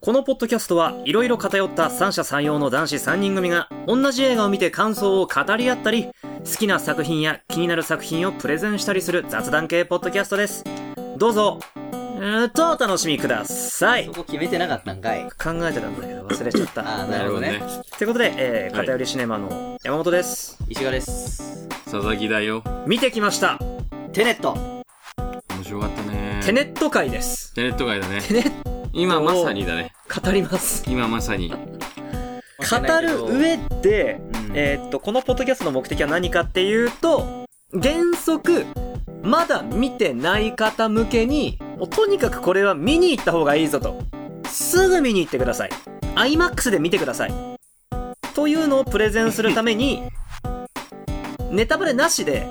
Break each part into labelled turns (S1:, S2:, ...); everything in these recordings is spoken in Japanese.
S1: このポッドキャストはいろいろ偏った三者三様の男子3人組が同じ映画を見て感想を語り合ったり好きな作品や気になる作品をプレゼンしたりする雑談系ポッドキャストですどうぞうーんとお楽しみください
S2: そこ決めてなかったんかい。
S1: 考えてたんだけど忘れちゃっ
S2: あ
S1: た
S2: あ、なるほどね。
S1: ということで、えー、
S3: はい
S1: 片寄りシネマの山本です、
S2: 石川です。
S3: 佐々木だよ。
S1: 見てきました
S2: テネット。
S3: 面白かったね。
S1: テネット界です
S3: テネット街だね。
S1: テネ
S3: 今まさにだね。
S1: 語ります
S3: 今まさに。
S1: 語る上で、
S2: うん
S1: えーっとこのポッドキャストの目的は何かっていうと原則まだ見てない方向けにもうとにかくこれは見に行った方がいいぞとすぐ見に行ってください iMAX で見てくださいというのをプレゼンするためにネタバレなしで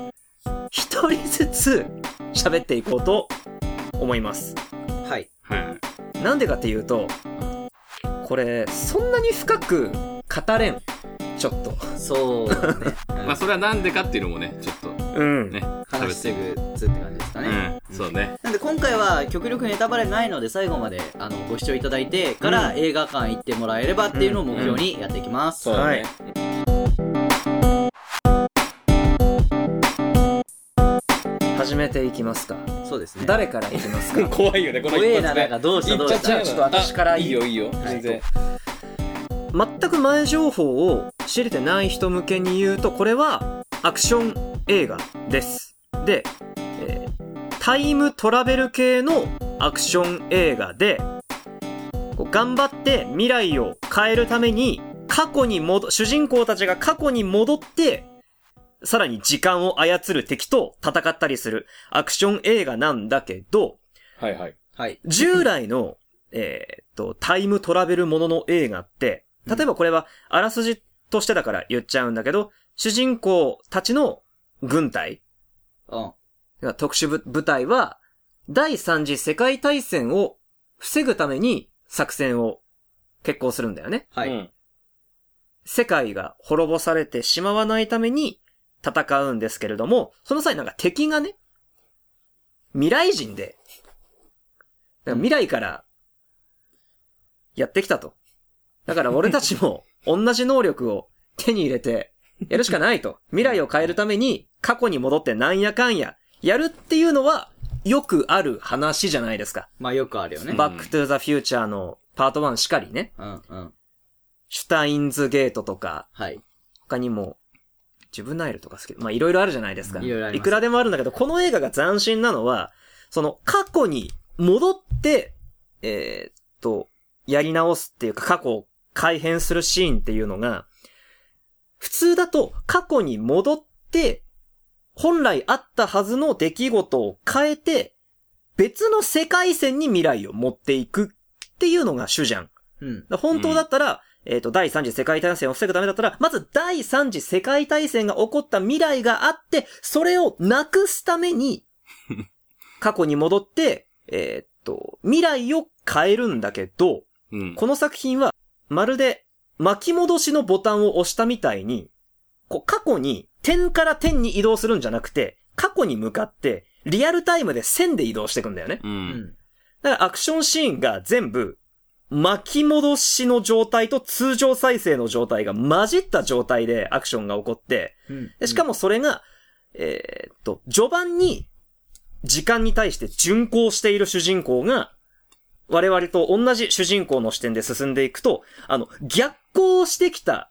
S1: 一人ずつ喋っていこうと思います
S2: はい。
S3: はい。
S1: なんでかっていうとこれそんなに深く語れんちょっと
S2: そうだ ね。うん
S3: まあそれはなんでかっていうのもね、ちょっと
S1: うん
S3: ね、
S2: 話す
S3: 喋って。
S2: ぐつって感じですかね。
S3: うん、そうね。
S2: なんで今回は極力ネタバレないので最後まであのご視聴いただいてから映画館行ってもらえればっていうのを目標にやっていきます。
S1: だね始めていきますか
S2: そうですね。
S1: 誰からいきますか
S3: 怖いよね、こ
S2: 怖えな、なんかどうしたどうし
S1: ちゃ
S2: た
S1: う。ちょっと私からいい
S3: いいよ。
S2: 全然
S1: 全く前情報を知れてない人向けに言うとこれはアクション映画ですで、えータイムトラベル系のアクション映画でこう頑張って未来を変えるために過去に戻主人公たちが過去に戻ってさらに時間を操る敵と戦ったりするアクション映画なんだけど、
S3: はいはい。
S2: はい。
S1: 従来の、えーっと、タイムトラベルものの映画って、例えばこれは、あらすじとしてだから言っちゃうんだけど、主人公たちの軍隊、
S2: うん。
S1: 特殊部部隊は、第三次世界大戦を防ぐために作戦を決行するんだよね。
S2: は
S3: う
S2: い。
S3: ん
S1: 世界が滅ぼされてしまわないために戦うんですけれども、その際なんか敵がね、未来人で、だから未来からやってきたと。だから俺たちも同じ能力を手に入れてやるしかないと。未来を変えるために過去に戻ってなんやかんややるっていうのはよくある話じゃないですか。
S2: まあよくあるよね。
S1: バックトゥーザフューチャーのパート1しかりね。
S2: うんうん。
S1: シュタインズゲートとか、
S2: はい。
S1: 他にも、ジブナイルとか好き。まあ、いろいろあるじゃないですか。
S2: いろいろあります
S1: くらでもあるんだけど、この映画が斬新なのは、その、過去に戻って、えーっと、やり直すっていうか、過去を改変するシーンっていうのが、普通だと、過去に戻って、本来あったはずの出来事を変えて、別の世界線に未来を持っていくっていうのが主じゃん。
S2: うん。
S1: だから本当だったら、えっ、と、第3次世界大戦を防ぐためだったら、まず第3次世界大戦が起こった未来があって、それをなくすため に、過去に戻って、えっ、と、未来を変えるんだけど、
S3: うん。
S1: この作品は、まるで巻き戻しのボタンを押したみたいに、こう過去に点から点に移動するんじゃなくて、過去に向かって、リアルタイムで線で移動していくんだよね。
S3: う。
S2: うんん。
S1: だからアクションシーンが全部、巻き戻しの状態と通常再生の状態が混じった状態でアクションが起こって、
S2: うん
S1: でしかもそれが、えーっと、序盤に、時間に対して巡行している主人公が、我々と同じ主人公の視点で進んでいくと、あの、逆行してきた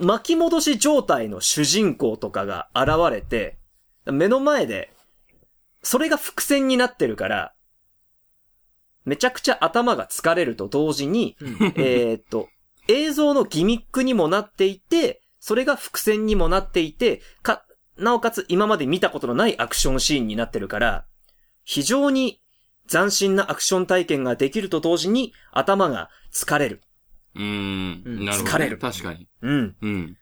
S1: 巻き戻し状態の主人公とかが現れて、目の前で、それが伏線になってるから、めちゃくちゃ頭が疲れると同時に、
S2: うん
S1: えーっと、映像のギミックにもなっていて、それが伏線にもなっていて、か、なおかつ今まで見たことのないアクションシーンになってるから、非常に斬新なアクション体験ができると同時に頭が疲れる。
S3: うん。
S2: うん
S3: なるほど。
S1: 疲れる
S3: 確かに。
S1: うん。
S3: うん。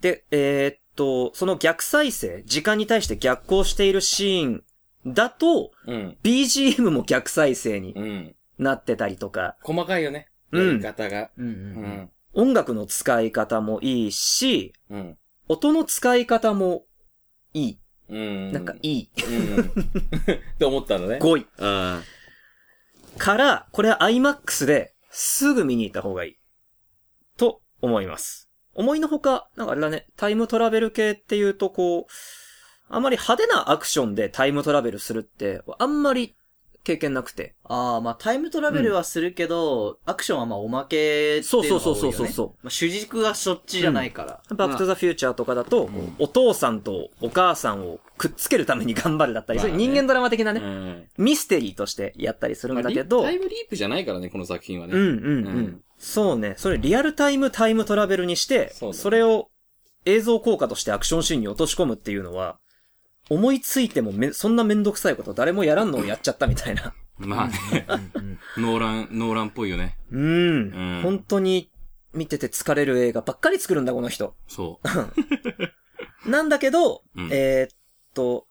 S1: で、えーっと、その逆再生、時間に対して逆行しているシーンだと、
S3: うん。
S1: BGM も逆再生に
S3: うん。
S1: なってたりとか、
S3: 細かいよね。
S1: うん。
S3: 方が。
S2: うんうん。
S1: 音楽の使い方もいいし、
S3: うん。
S1: 音の使い方もいい。
S3: うん
S1: なんかいい。
S3: うん。 って思ったのね
S1: 5位。
S3: あ
S1: から、これは iMAX ですぐ見に行った方がいい。と思います。思いのほか、なんかあれだね、タイムトラベル系っていうとこう、あまり派手なアクションでタイムトラベルするって、あんまり経験なくて。
S2: ああ、まあタイムトラベルはするけど、アクションはまあおまけっていう
S1: そう
S2: のが多い
S1: そ
S2: よ、
S1: う
S2: ね。
S1: そうそうそうそう。
S2: まあ、主軸がそっちじゃないから。
S1: バックトゥザフューチャーとかだと、
S3: ん
S1: お父さんとお母さんをくっつけるために頑張るだったり、
S3: ま
S1: そ
S3: あ
S1: う
S3: ね
S1: いう人間ドラマ的な
S3: う
S1: ね、
S3: ん。
S1: ミステリーとしてやったりするんだけど、
S3: まあ
S1: う
S3: リ
S1: ん
S3: タイムリープじゃないからね、この作品はね。
S1: うんうん。
S3: うん
S1: そうね、それリアルタイムタイムトラベルにして、
S3: そう
S1: そ
S3: だね
S1: れを映像効果としてアクションシーンに落とし込むっていうのは、思いついてもめ、そんなめんどくさいこと誰もやらんのをやっちゃったみたいな。
S3: まあね、ノーラン、ノーランっぽいよね。
S1: うん。
S3: うん
S1: 本当に見てて疲れる映画ばっかり作るんだ、この人。
S3: そう。
S1: なんだけど、
S3: うん
S1: えーっと、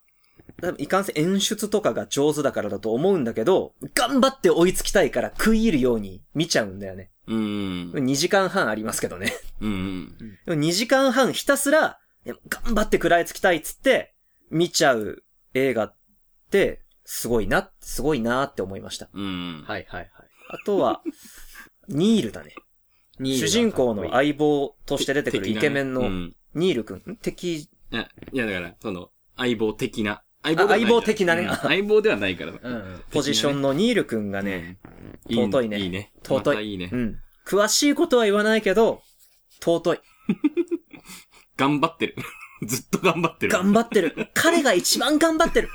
S1: 多分いかんせん演出とかが上手だからだと思うんだけど、頑張って追いつきたいから食い入るように見ちゃうんだよね。
S3: うん。うん
S1: 2時間半ありますけどね。
S3: うん。
S1: でも2時間半ひたすら、でも頑張って食らいつきたいっつって、見ちゃう映画って、すごいな、すごいなって思いました。
S3: うん。
S2: はいはいはい。
S1: あとは、 ニールだね。
S2: ニール
S1: 主
S2: が
S1: 人公の相棒として出てくる
S3: 的な
S1: イ
S3: ね
S1: ケメン
S3: う
S1: の
S3: ん
S1: ニールくん、ん敵、
S3: いや、いやだから、その、相棒的な。相
S1: あ相棒的なね
S3: うん相棒ではないか
S2: う
S3: ら。
S2: んうん。
S1: ポジションのニールくんがね、
S3: うん。
S1: 尊いね
S3: いいね。
S1: 尊い
S3: またいいね
S1: う。ん。詳しいことは言わないけど、尊い。
S3: 頑張ってる。 ずっと頑張ってる。
S1: 頑張ってる。彼が一番頑張ってる。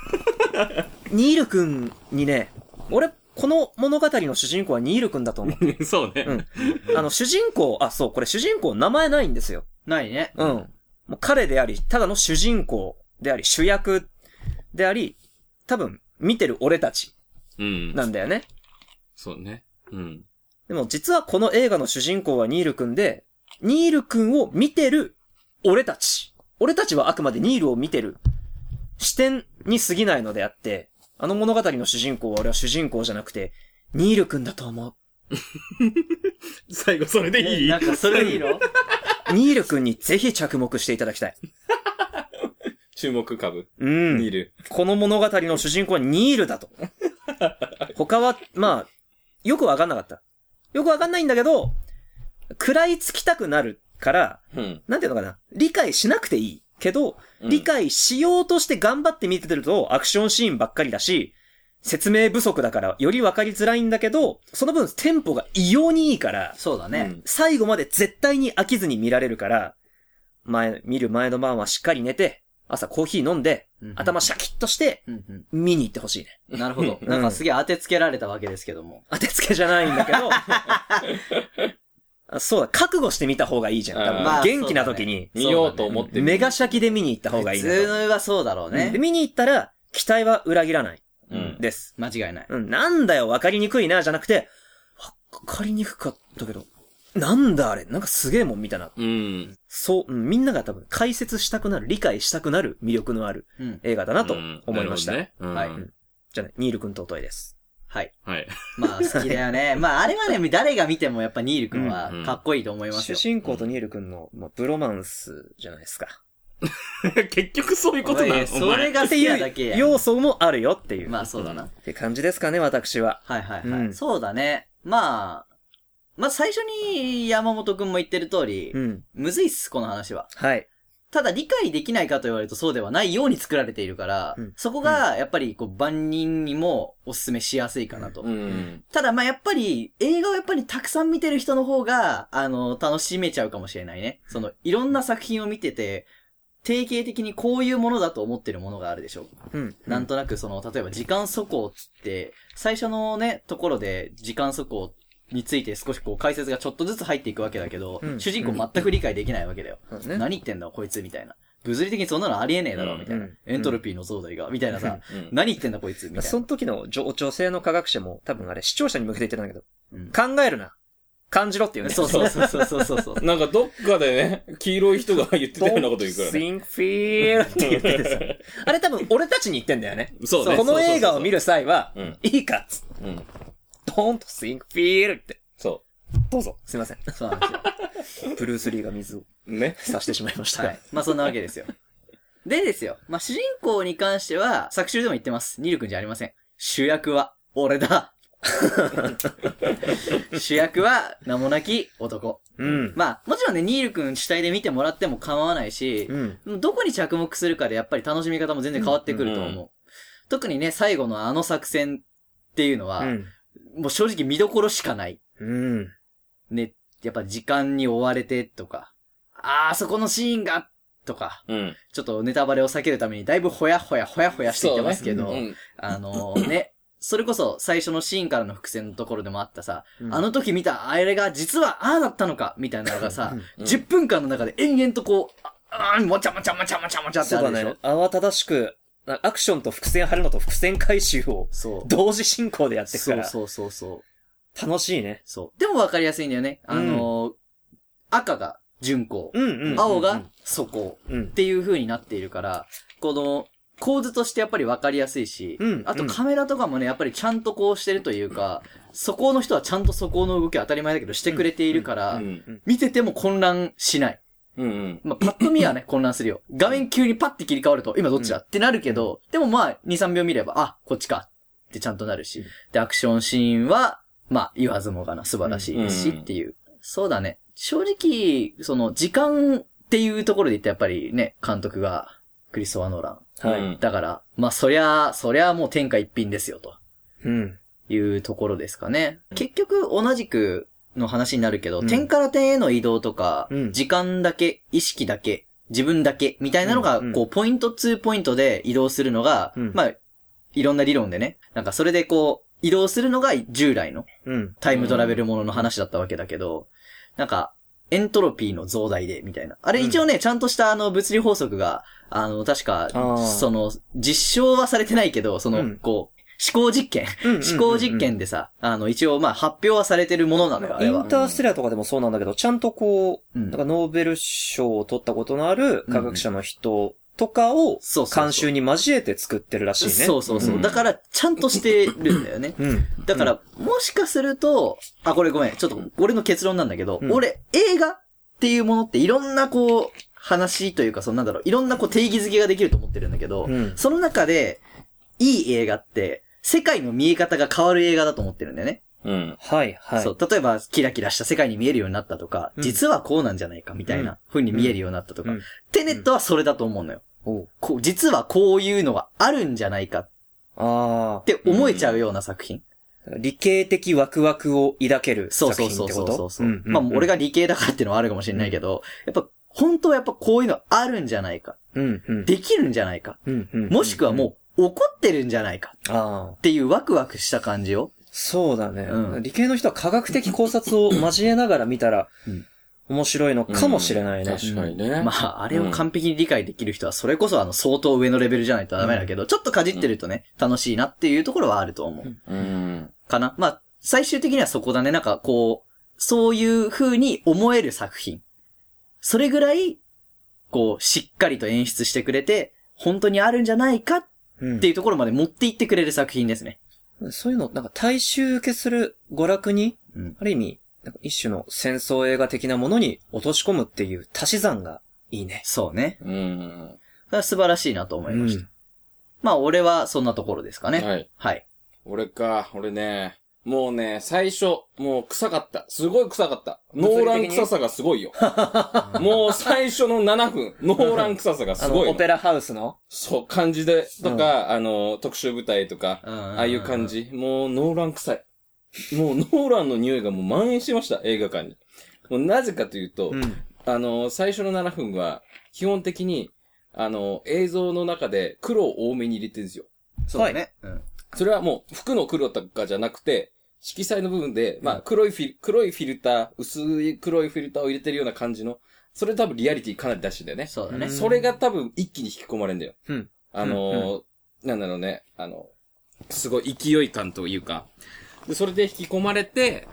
S1: ニール君にね、俺、この物語の主人公はニール君だと思う。
S3: そうね。
S1: うんあの、主人公、あ、そう、これ主人公名前ないんですよ。
S2: ないね。
S1: うん。もう彼であり、ただの主人公であり、主役であり、多分、見てる俺たち
S3: うん。
S1: なんだよね。
S3: そうね。うん。
S1: でも実はこの映画の主人公はニールくんで、ニールくんを見てる俺たち。俺たちはあくまでニールを見てる視点に過ぎないのであって、あの物語の主人公は俺は主人公じゃなくて、ニールくんだと思
S3: 最後それでいい
S2: なんかそれいいの
S1: う。 ニールくんにぜひ着目していただきたい。
S3: 注目株。
S1: う
S3: ニー
S1: ん。
S3: ル。
S1: この物語の主人公はニール だと。他は、まあ、よくわかんなかった。よくわかんないんだけど、食らいつきたくなるから、
S3: うん。
S1: なんていうのかな、理解しなくていいけど、
S3: うん
S1: 理解しようとして頑張って見てると、アクションシーンばっかりだし、説明不足だから、より分かりづらいんだけど、その分テンポが異様にいいから、
S2: そうだ
S3: う
S2: ね
S3: ん。
S1: 最後まで絶対に飽きずに見られるから、前、見る前の晩はしっかり寝て、朝コーヒー飲んで、頭シャキッとして、
S2: うんうん。
S1: 見に行ってほしいね。
S2: なるほど。
S1: うん
S2: なんかすげえ当てつけられたわけですけども。
S1: 当てつけじゃないんだけ ど、あそうだ、覚悟して見た方がいいじゃん。多分
S3: ま
S2: あ
S1: 元気な時に、
S3: 見ようと思って
S1: メガシャキで見に行った方がい
S2: 普
S1: いなと
S2: 通の絵はそうだろう
S1: で
S2: ね。
S1: 見に行ったら、期待は裏切らない。
S3: うん
S1: です。
S2: 間違いない。
S1: うん、なんだよ、わかりにくいな、じゃなくて、わかりにくかったけど、なんだあれ、なんかすげえもん見たな。
S3: うん。
S1: そう、うん、みんなが多分解説したくなる、理解したくなる魅力のある
S2: うん。
S1: 映画だなと
S3: うん
S1: 思いました。
S3: なるほどね
S2: はい
S3: うん
S1: じゃあね、ニール君とおといです。
S2: はい。
S3: はい。
S2: まあ好きだ よね。まああれはね、誰が見てもやっぱニール君はかっこいいと思います
S1: 主
S2: よ。
S1: 人公とニール君の、まあ、ブロマンスじゃないですか。
S3: 結局そういうこと
S2: お
S3: な
S2: 前
S3: の
S2: それが好
S1: って
S2: き
S1: い
S2: なだけ
S1: う
S2: や。
S1: 要素もあるよっていう、
S2: まあそうだな。
S1: って感じですかね、私は。
S2: はいはいは
S1: う
S2: い。
S1: ん
S2: そうだね。まあ、まあ最初に山本君も言ってる通り、
S1: うん。
S2: むずいっす、この話は。
S1: はい。
S2: ただ理解できないかと言われるとそうではないように作られているから、
S1: うん
S2: そこがやっぱりこう万人にもおすすめしやすいかなと。
S3: うん。
S2: ただまあやっぱり映画をやっぱりたくさん見てる人の方が、あの、楽しめちゃうかもしれないね。その、いろんな作品を見てて、定型的にこういうものだと思ってるものがあるでしょ。
S1: うん。
S2: なんとなくその、例えば時間速報つって、最初のね、ところで時間速報について少しこう解説がちょっとずつ入っていくわけだけど、
S1: うん
S2: 主人公全く理解できないわけだよ。
S1: そうね
S2: 何言ってんだこいつみたいな。物理的にそんなのありえねえだろみたいな。
S1: うん
S2: エントロピーの増大が、みたいなさ。
S3: うん
S2: 何言ってんだこいつみたい
S1: そ
S2: な。
S1: の時の女女性の科学者も多分あれ視聴者に向けて言ってたんだけ
S2: うん
S1: ど、考えるな。感じろっていうね。
S2: そうそうそうそうそう そうそう。
S3: なんかどっかでね、黄色い人が言ってたようなこと言うからね。
S1: think, feel って言っててさ。 あれ多分俺たちに言ってんだよね。
S3: そうね。
S1: この映画を見
S3: る。
S1: る際は、
S3: うん。
S1: いいかっつって。
S3: うん。
S1: ドーンと think, feel って。
S3: そ
S1: どうぞ。すいません。
S2: そうなんですよ。
S1: ブルース・リーが水を
S3: う。ね。
S1: 差してしまいました。
S2: はい。まあそんなわけですよ。でですよ。ま あ主人公に関しては、作中でも言ってます。ニル君じゃありません。主役は、俺だ。主役は名もなき男。
S1: うん。
S2: まあ、もちろんね、ニール君主体で見てもらっても構わないし、
S1: うん。
S2: どこに着目するかでやっぱり楽しみ方も全然変わってくると思う。
S3: うんう
S2: 特にね、最後のあの作戦っていうのは、
S1: うん。
S2: もう正直見どころしかない。
S1: うん。
S2: ね、やっぱ時間に追われてとか、あー、そこのシーンが、とか、
S3: うん。
S2: ちょっとネタバレを避けるためにだいぶほやほやほやほやしていってますけど、
S3: そうね
S2: あのね、それこそ最初のシーンからの伏線のところでもあったさ、あ
S1: の
S2: の時見たあれが実はああだったのか、みたいなのがさ、
S3: うん
S2: 10分間の中で延々とこう、ああー、もちゃもちゃもちゃもちゃもちゃって
S1: そう
S2: あ
S1: だ
S2: るでし
S1: ね
S2: ょ。。
S1: 慌ただしく、なアクションと伏線張るのと伏線回収を
S2: そう。
S1: 同時進行でやってくか
S2: そう
S1: ら、
S2: そうそうそう。
S1: 楽しいね。
S2: そう。でも分かりやすいんだよね。あのー赤が巡航、
S1: うんうんうん。
S2: 青が素行
S1: う
S2: っ
S1: ん。
S2: ていう風になっているから、この構図としてやっぱり分かりやすいし、
S1: うん
S2: あと
S1: うん
S2: カメラとかもね、やっぱりちゃんとこうしてるというか、素行の人はちゃんと素行の動きは当たり前だけどしてくれているから、
S3: うん。
S2: 見てても混乱しない。
S3: うん。うん。
S2: まあ、パッと見はね、混乱するよ。画面急にパッて切り替わると、今どっちだ、ってなるけど、でもまあ、2、3秒見れば、あ、こっちかってちゃんとなるし。で、アクションシーンは、まあ、言わずもがな、素晴らしいですし、
S3: うん
S2: っていう。そうだね。正直、その、時間っていうところで言ったらやっぱりね、監督が、クリストワ・ノーラ
S1: はい。
S3: う
S2: ン。
S3: ん
S2: だから、まあ、そりゃ、そりゃもう天下一品ですよ、と。
S1: うん。
S2: いうところですかね。結局、同じくの話になるけど、
S1: うん
S2: 点から点への移動とか、
S1: うん
S2: 時間だけ、意識だけ、自分だけ、みたいなのが、
S1: うんうん
S2: こう、ポイント2ポイントで移動するのが、
S1: うん
S2: まあ、いろんな理論でね、なんかそれでこう、移動するのが従来の
S1: うん。
S2: タイムトラベルものの話だったわけだけど、なんか、エントロピーの増大で、みたいな。あれ一応ね、ちゃんとしたあの物理法則が、あの、確か
S1: あー、
S2: その、実証はされてないけど、その、
S1: うん
S2: こう、思考実験
S1: うん
S2: 思考実験でさ、あの、一応、まあ、発表はされてるものなのよ、あ
S1: イ
S2: れ
S1: ン
S2: は。
S1: ターステラーとかでもそうなんだけど、ちゃんとこ
S2: う
S1: う、
S2: ん
S1: なんかノーベル賞を取ったことのある科学者の人とかを
S2: そうそうそう
S1: 監修に交えて作ってるらしいね。
S2: そうそうそう。
S3: うん
S2: だから、ちゃんとしてるんだよね。
S1: うん。
S2: だから、もしかすると、あ、これごめん、ちょっと、俺の結論なんだけど、
S1: うん
S2: 俺、映画っていうものっていろんなこう、話というか、そのなんだろう、いろんなこう定義づけができると思ってるんだけど、
S1: うん
S2: その中で、いい映画って、世界の見え方が変わる映画だと思ってるんだよね。
S3: うん。
S1: はい、はい。
S2: そう、例えば、キラキラした世界に見えるようになったとか、
S1: うん
S2: 実はこうなんじゃないか、みたいな風に見えるようになったとか、
S1: うん
S2: テネットはそれだと思うのよ。
S1: おう
S2: こう、実はこういうのがあるんじゃないかっ
S1: あ
S2: て思えちゃうような作品。
S1: あ。理系的ワクワクを抱ける
S2: そう
S1: 作品
S2: そう
S1: ってこ
S2: そう
S1: と
S2: そうそうそう、
S1: んんん
S2: まあ、俺が理系だからっていうのはあるかもしれないけど、やっぱ、本当はやっぱこういうのあるんじゃないか。
S1: うんうん、
S2: できるんじゃないか。
S1: うんうんうん、
S2: もしくはもう、怒ってるんじゃないか。
S1: うん。ああ。
S2: っていうワクワクした感じを。
S1: そうだね、
S2: うん
S1: 理系の人は科学的考察を交えながら見たら
S2: うん、
S1: 面白いのかもしれないね。
S3: 確かにね。
S2: まあ、あれを完璧に理解できる人は、それこそあの、相当上のレベルじゃないとダメだけど、ちょっとかじってるとね、楽しいなっていうところはあると思う。
S3: うん。
S2: かな。まあ、最終的にはそこだね。なんかこう、そういう風に思える作品。それぐらい、こう、しっかりと演出してくれて、本当にあるんじゃないかっ
S1: うん
S2: ていうところまで持っていってくれる作品ですね。
S1: そういうの、なんか大衆受けする娯楽に、
S2: うん
S1: ある意味、なんか一種の戦争映画的なものに落とし込むっていう足し算がいいね。
S2: そうね。
S3: うん。
S2: それは素晴らしいなと思いました。
S1: うん
S2: まあ、俺はそんなところですかね。
S3: はい。
S2: はい。
S3: 俺か、俺ね、もうね、最初、もう臭かった。すごい臭かった。ノーラン臭さがすごいよ。もう最初の7分、ノーラン臭さが
S1: あ
S3: す
S1: の、
S3: ごい
S1: オ
S3: の。
S1: ペラハウスの
S3: そう、感じで、とか、あの、特殊部隊とか、
S2: うん
S3: ああいう感。じ。もうノーラン臭い。もうノーランの匂いがもう蔓延してました、映画館に。もうなぜかというと、
S1: うん。
S3: あの、最初の7分は、基本的に、あの、映像の中で黒を多めに入れてるんですよ。
S2: そうだね。うん
S3: それはもう、服の黒とかじゃなくて、色彩の部分で、まあ、黒いフィル、黒いフィルター、薄い黒いフィルターを入れてるような感じの、それ多分リアリティかなり出してんだよね。
S2: そうだね。
S1: ん
S3: それが多分一気に引き込まれるんだよ。
S1: うん
S3: あのーなんだろうね、あの、すごい勢い感というか。で、それで引き込まれて、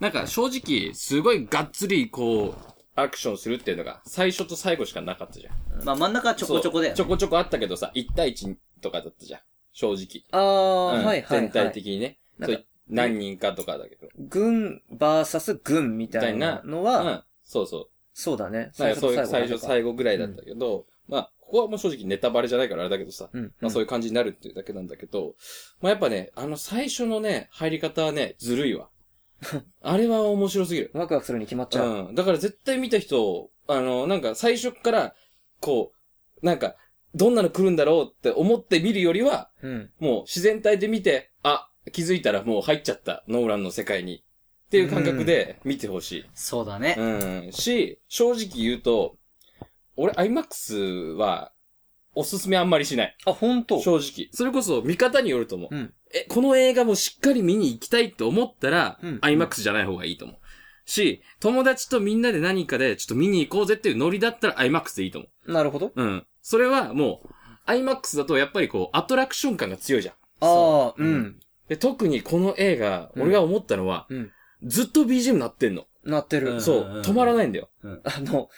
S3: なんか正直、すごいがっつりこう、アクションするっていうのが、最初と最後しかなかったじゃん。
S2: まあ、真ん中はちょこちょこだよ
S3: そうち
S2: ね。
S3: ょこちょこあったけどさ、1対1とかだったじゃん。正直。
S1: ああ、
S3: うん
S1: はいはい、はい。
S3: 全体的にね。
S1: なん
S3: そ
S1: か
S3: う何人かとかだけど。
S1: 軍バーサス軍みたいなの
S3: う
S1: は、
S3: ん。そうそう。
S1: そうだね。
S3: なんかそういう最初
S1: 後
S3: 最後ぐらいだったけど、まあ、ここはもう正直ネタバレじゃないからあれだけどさ、
S1: うん。
S3: まあそういう感じになるっていうだけなんだけど、まあやっぱね、あの最初のね、入り方はね、ずる いわ。あれは面白すぎる。
S1: ワクワクするに決まっちゃう。
S3: うん。だから絶対見た人、あの、なんか最初から、こう、なんか、どんなの来るんだろうって思って見るよりは、
S1: うん。
S3: もう自然体で見て、あ、気づいたらもう入っちゃった、ノーランの世界に。っていう感覚で見てほしい。
S2: そうだね。
S3: うん。し、正直言うと、俺 IMAX は、おすすめあんまりしない。
S1: あ、本当
S3: 正直。それこそ見方によると思う。
S1: うん
S3: え、この映画もしっかり見に行きたいって思ったら、
S1: うん
S3: IMAX じゃない方がいいと思う。し、友達とみんなで何かでちょっと見に行こうぜっていうノリだったら IMAX でいいと思
S1: なるほど。
S3: う。うん。それはもう、IMAX だとやっぱりこう、アトラクション感が強いじゃん。
S1: ああ、う。
S3: うんで、特にこの映画、
S1: うん
S3: 俺が思ったのは、
S1: うん
S3: ずっと BGM 鳴ってんの。
S1: なってる。
S2: うん
S3: そう。止まらないんだよ。
S1: あの、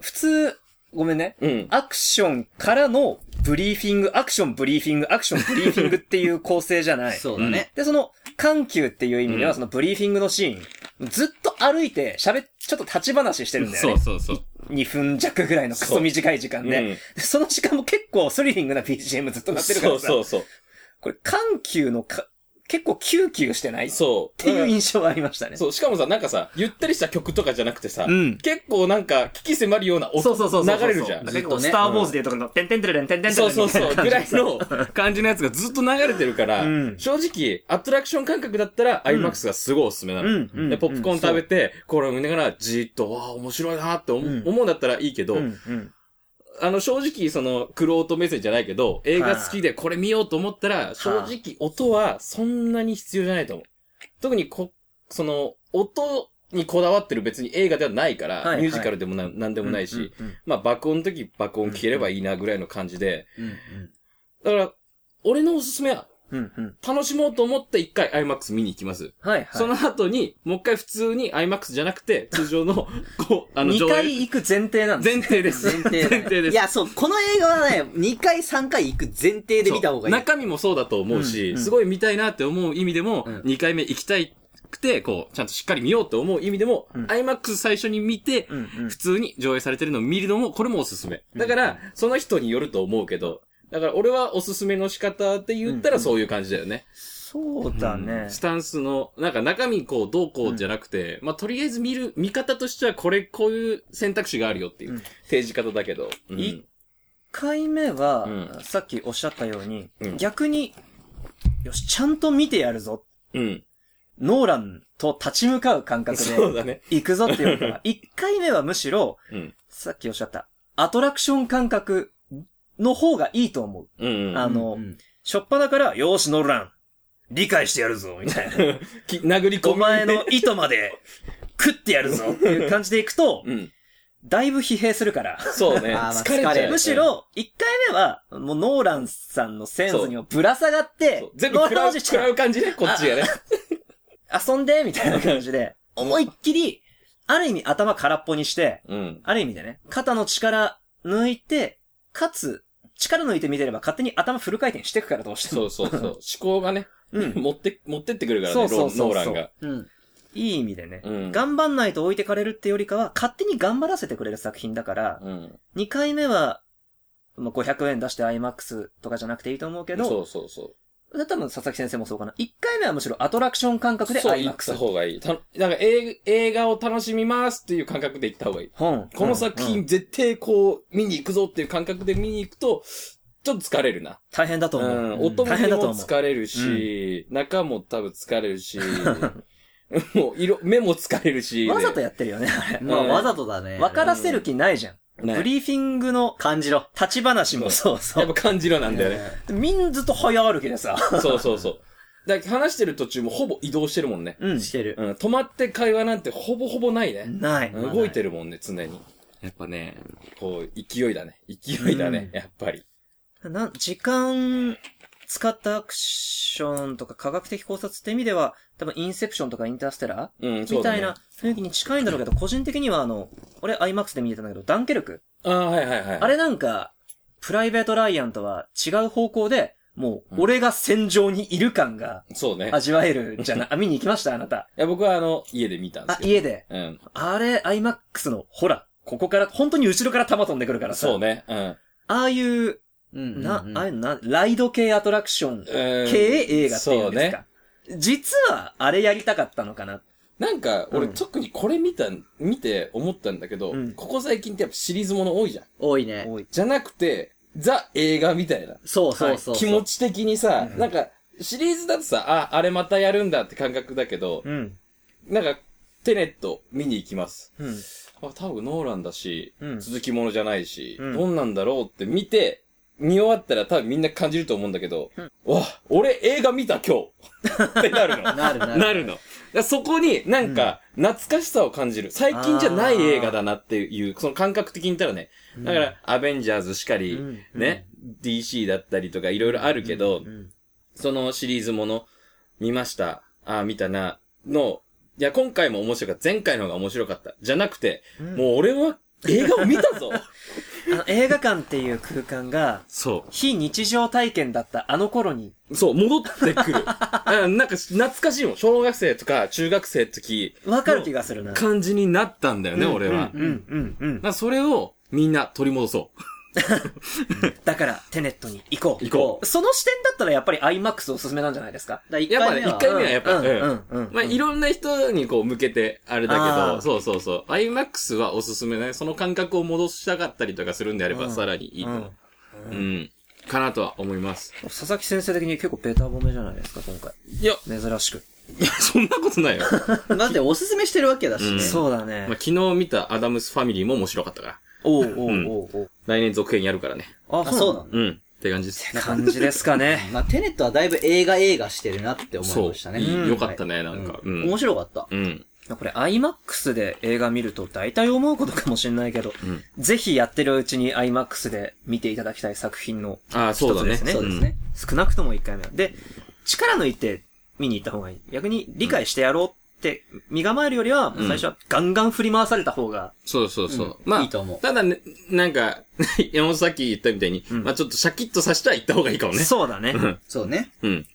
S1: 普通、ごめんね。
S3: うん。
S1: アクションからのブリーフィング、アクション、ブリーフィング、アクション、ブリーフィングっていう構成じゃない。
S2: そうだね。
S1: で、その、緩急っていう意味で
S3: う
S1: は、
S3: ん
S1: そのブリーフィングのシーン、ずっと歩いて、喋っ、ちょっと立ち話してるんだよ
S3: そう
S1: ね。
S3: そうそう。
S1: 2分弱ぐらいのクソ短い時間
S3: う
S1: で。
S3: ん
S1: でその時間も結構スリリングな BGM ずっとなってるか
S3: そ
S1: ら
S3: う
S1: さ。
S3: そうそう。
S1: これ、緩急のか、結構キューキューしてないっ
S3: そう。
S1: ていう印象はありましたね。
S3: そう、しかもさ、なんかさ、ゆったりした曲とかじゃなくてさ、
S1: うん
S3: 結構なんか、危機迫るような音
S1: そうそうそうそうそう
S3: 流れるじゃん。
S2: ずっ
S1: 結
S2: と
S1: 構、
S2: ね
S1: スター・ウォーズでいうところの、てんてんてれんてんてんて
S3: そ
S1: れ。
S3: うんそうそう、ぐらいの
S1: の。
S3: 感じのやつがずっと流れてるから、
S1: うん
S3: 正直、アトラクション感覚だったら、
S1: ん
S3: IMAX がすごいおすすめなの。
S1: うんうん
S3: で、ポップコーン食べて、コーラを見ながら、じーっと、わあ、面白いなーって思,、
S1: うん
S3: 思うんだったらいいけど、
S1: うんうん
S3: あの、正直、その、クロート目線じゃないけど、映画好きでこれ見ようと思ったら、正直、音はそんなに必要じゃないと思う。特にこ、その、音にこだわってる別に映画ではないから、
S1: はいはい
S3: ミュージカルでもななんでもないし、
S1: うんうん
S3: まあ、爆音の時爆音聞ければいいなぐらいの感じで、
S2: うん
S3: だから、俺のおすすめは、
S1: うんうん。
S3: 楽しもうと思って一回 IMAX 見に行きます。
S1: はいはい。
S3: その後に、もう一回普通に IMAX じゃなくて、通 常の、こう、あの、
S1: 2
S3: 上
S1: 回
S3: 映。
S1: 行く前提なんです
S3: 前提です。
S2: 前提だね
S3: 前提です
S2: い。や、そう、この映画はね、2回3回行く前提で見た方がいい。
S3: そう中身もそうだと思うし、
S1: うんうん
S3: すごい見たいなって思う意味でも、
S2: うん
S3: 2回目行きたくて、こう、ちゃんとしっかり見ようと思う意味でも、
S1: うん
S3: IMAX 最初に見て、
S1: うんうん
S3: 普通に上映されてるのを見るのも、これもおすすめ。だから、その人によると思うけど、だから俺はおすすめの仕方って言った
S1: う
S3: ら
S1: ん
S3: そういう感じだよね。
S1: そうだ
S3: う
S1: ね
S3: ん。スタンスの、なんか中身こうどうこうじゃなくて、まあとりあえず見る、見方としてはこれこういう選択肢があるよっていううん提示方だけど。うん
S1: い1回目は、
S3: うん
S1: さっきおっしゃったように、
S3: うん
S1: 逆に、よし、ちゃんと見てやるぞ。
S3: うん。
S1: ノーランと立ち向かう感覚
S3: そう
S1: で、
S3: だね。
S1: 行くぞっていうのが、1回目はむしろ、
S3: うん。
S1: さっきおっしゃった、アトラクション感覚の方がいいと思う。
S3: うんうん。
S1: あの、しょっぱなから、よーし、ノーラン、理解してやるぞ、みたい な。
S3: き殴り込み
S1: お前の糸まで、食ってやるぞ、っていう感じで行くと、
S3: うん。
S1: だいぶ疲弊するから。
S3: そうね。
S2: あーまあ
S3: 疲れちゃう
S2: 疲れ
S3: よね。
S1: むしろ、1回目は、もうノーランさんのセンスにもぶら下がって
S3: そう、全部食らう、
S1: ノーラン
S3: 食らう感じね、こっちがね。
S1: 遊んで、みたいな感じで、思いっきり、ある意味頭空っぽにして、
S3: うん。
S1: ある意味でね、肩の力抜いて、かつ、力抜いて見てれば勝手に頭フル回転してくからどうして
S3: そ
S1: も。
S3: うそうそう。思考がね、
S1: うん。
S3: 持って、持ってってくるから
S1: そ
S3: ね、
S1: うそうそうそう
S3: ローノーランが。
S2: うん。
S1: いい意味でね。
S3: うん。
S1: 頑張んないと置いてかれるってよりかは、勝手に頑張らせてくれる作品だから、
S3: うん。
S1: 2回目は、まあ、500円出して IMAX とかじゃなくていいと思うけど、
S3: そうそうそ
S1: で多分佐々木先生もそうかな。1回目はむしろアトラクション感覚
S3: う。
S1: で
S3: そう、行った
S1: IMAX。
S3: 方がいい。たなんか、映映画を楽しみますっていう感覚で行った方がいい。
S1: 本
S3: この作
S1: うんう
S3: 品、
S1: ん
S3: 絶対こう、見に行くぞっていう感覚で見に行くと、ちょっと疲れるな。
S1: 大変だと
S3: う
S1: 思う。
S3: ん。
S2: ん
S3: 音も
S1: 大変だと思う
S3: 疲れるし、中も多分疲れ るし、もう、色、目も疲れるし。
S1: わざとやってるよね、あれ。
S2: まあ、
S3: うん
S2: わざとだね。
S1: 分からせる気ないじゃん。
S3: ね
S1: ブリーフィングの
S2: 感じろ。
S1: 立ち話もそうそ
S3: やっ
S1: う。
S3: ぱ感じろなんだよね。
S1: みんなずっと早歩きでさ。
S3: そうそうそう。だから話してる途中もほぼ移動してるもんね。
S1: う
S2: うんん。してる。
S3: うん、止まって会話なんてほぼほぼないね。
S1: ない。
S2: ん
S3: 動いてるもんね、常に。やっぱね、こう、勢いだね。勢いだね、
S1: う
S3: やっぱり。
S1: な、時間使ったアクションとか科学的考察って意味では、多分インセプションとかインターステラ
S3: うん、
S1: ー
S3: そ
S1: み
S3: うだ
S1: た
S3: ね。
S1: いな雰囲気に近いんだろうけど、個人的にはあの、俺 IMAX で見てたんだけど、ダンケルク。
S3: ああ、はいはいはい。
S1: あれなんか、プライベートライアンとは違う方向で、もう、俺が戦場にいる感が
S3: そうね。い
S1: 味わえるんじゃ な、あ、見に行きましたあなた。
S3: や、僕はあの、家で見たんで
S1: あ
S3: す、けど。
S1: 家で。
S3: うん。
S1: あれ、IMAX の、ほら、ここから、本当に後ろから弾飛んでくるからさ。
S3: そうね。うん。
S1: ああいう、
S2: うん
S1: な、
S2: うんうん
S1: ああいうな、ライド系アトラクション
S3: えー
S2: 系映画っていうんですか。実は、あれやりたかったのかな。
S3: なんか、俺、
S2: うん
S3: 特にこれ見た、見て思ったんだけど、
S1: うん
S3: ここ最近ってやっぱシリーズもの多いじゃん。
S2: 多いね。
S3: じゃなくて、ザ映画みたいな。
S2: そうそうそうそう。
S3: 気持ち的にさ、なんか、シリーズだとさ、あ、あれまたやるんだって感覚だけど、
S1: うん。
S3: なんか、テネット見に行きます。
S1: うん。
S3: あ、多分ノーランだし、
S1: うん
S3: 続きものじゃないし、
S1: うん
S3: どんなんだろうって見て、見終わったら多分みんな感じると思うんだけど、わ、俺映画見た今日 ってなるの。
S2: なるなる。
S3: なるの。だからそこになんか、懐かしさを感じる。最近じゃない映画だなっていう、その感覚的に言ったらね。だから、アベンジャーズしかり、
S1: うん
S3: ね、DC だったりとかいろいろあるけど、
S1: うん。
S3: そのシリーズもの、見ました。ああ、見たな。の、いや、今回も面白かった。前回の方が面白かった。じゃなくて、
S1: うん
S3: もう俺は映画を見 たぞ
S1: あの映画館っていう空間が、
S3: そ
S1: 非日常体験だったあの頃に、
S3: う。そう、戻っ てくる。うんなんか、懐かしいもん。小学生とか中学生の時、
S1: わかる気がするな。
S3: 感じになったんだよね、俺は。
S1: うんうんうんうん
S3: だか。らそれをみんな取り戻そう。
S1: だから、テネットに行こう。
S3: 行こ
S1: その視点だったらやっぱり IMAX おすすめなんじゃないですか
S2: だから一
S3: やっぱ
S2: 回
S3: ね、
S2: 目は
S3: 一回目はやっぱ、
S1: うん
S3: うん
S1: うんうん。
S3: まあ、いろんな人にこう向けて、あれだけ
S1: あー
S3: ど、そうそうそう。IMAX はおすすめだね。その感覚を戻したかったりとかするんであれば、
S1: うん
S3: さらにいいと思う。うん。かなとは思います。
S1: 佐々木先生的に結構ベタ褒めじゃないですか、今回。
S3: いや、
S1: 珍しく。
S3: いやそんなことな いよ。まあ、
S2: だっておすすめしてるわけだし
S3: う
S2: ね。
S3: ん
S1: そうだね。
S3: 昨日見たアダムスファミリーも面白かったから。
S1: おうおうおう
S3: 来年続編やるからね。
S1: おう。
S2: あ、そうなの
S3: うん。って感じです。
S1: 感じですかね。
S2: まあ、テネットはだいぶ映画映画してるなって思い
S3: そう
S2: ましたね。
S3: いい
S2: うん
S3: よかったね、なんか。う
S2: うん
S3: ん。
S2: 面白かった。
S3: うん。
S1: これ IMAX で映画見ると大体思うことかもしれないけど、
S3: うん
S1: ぜひやってるうちに IMAX で見ていただきたい作品の
S3: ああ、そうだね。
S1: 一つですね
S2: そうですね。
S1: 少なくとも1回目は。で、力抜いて見に行った方がいい。逆に理解してやろうって身構えるよりは、
S3: うん
S1: 最初はガンガン振り回された方が、
S3: そうそうそう。
S2: うん
S3: まあ、
S2: いいと思う
S3: ただね、なんか、 山本さっき言ったみたいに、
S1: うん
S3: まあちょっとシャキッとさせては行った方がいいかもね。
S1: そうだね。
S3: う
S1: っ
S3: ん。
S2: そうね。
S3: うん。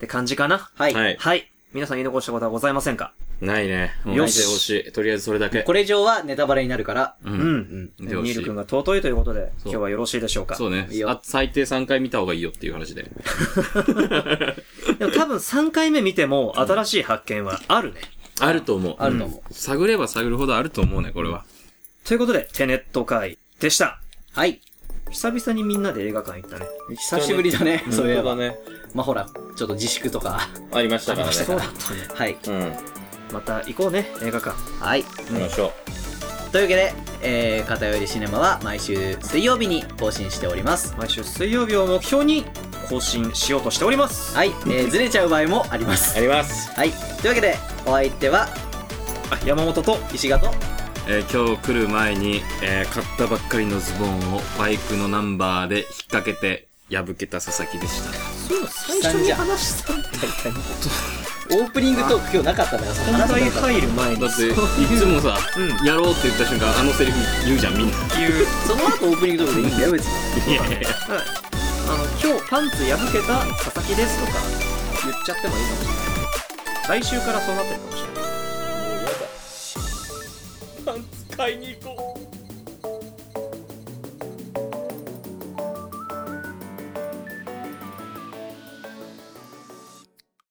S1: て感じかな。
S2: はい。
S3: はい。
S1: はい。皆さん言い残したことはございませんか
S3: ないね。もう
S1: よ
S3: 見
S1: して
S3: ほしい。とりあえずそれだけ。
S2: これ以上はネタバレになるから。
S3: う。
S1: うん。
S2: うんん。
S3: 見てほ
S1: ニ
S3: し
S1: ール君
S3: い。
S1: が尊いということで、
S3: そ
S1: 今
S3: う
S1: 日はよろしいでしょうか。
S3: そうね
S2: いい。よ
S3: あ、最低3回見た方がいいよっていう話で。
S1: でも多分3回目見ても新しい発見はあるね。
S3: あると思う。
S2: あると思う。
S3: 探れば探るほどあると思うね、これは。
S1: ということで、テネット会でした。
S2: はい。
S1: 久々にみんなで映画館行ったね。
S2: 久しぶりだね。 そういえば。
S3: ね。
S2: まあ、ほら、ちょっと自粛とか。
S3: ありましたからね。
S1: そうだったね。
S2: はい。
S3: うん。
S1: また行こうね、映画館。
S2: はい。
S3: 行きましょ
S2: というわけで、えー、片寄りシネマは毎週水曜日に更新しております。
S1: 毎週水曜日を目標に更新しようとしております。
S2: はい。 えー、ずれちゃう場合もありま
S3: う。あ
S2: す。
S3: ります。
S2: はい。というわけで、お相手は、
S1: あ山本と
S2: 石賀と、
S3: えー今日来る前に、えー買ったばっかりのズボンをバイクのナンバーで引っ掛けて破けた佐々木でした。
S1: 最
S2: 初に
S1: 話したみたい
S2: オープニングトーク今日なかったから、その
S1: な。
S2: 話
S1: 本題
S2: なかった
S1: 入る前に。
S3: だって、い
S1: そういう
S3: つもさ、
S1: う
S3: やろうって言った瞬間、あのセリフ言うじゃん、みん
S1: い
S3: な。
S1: う
S2: その後オープニングトークでいいんだよ、別に。
S3: いやいやいや
S1: はいあの、今日パンツ破けた佐々木ですとか言っちゃってもいいかもしれない。来週からそうなってるかもしれない。
S3: パンツ買いに行こう。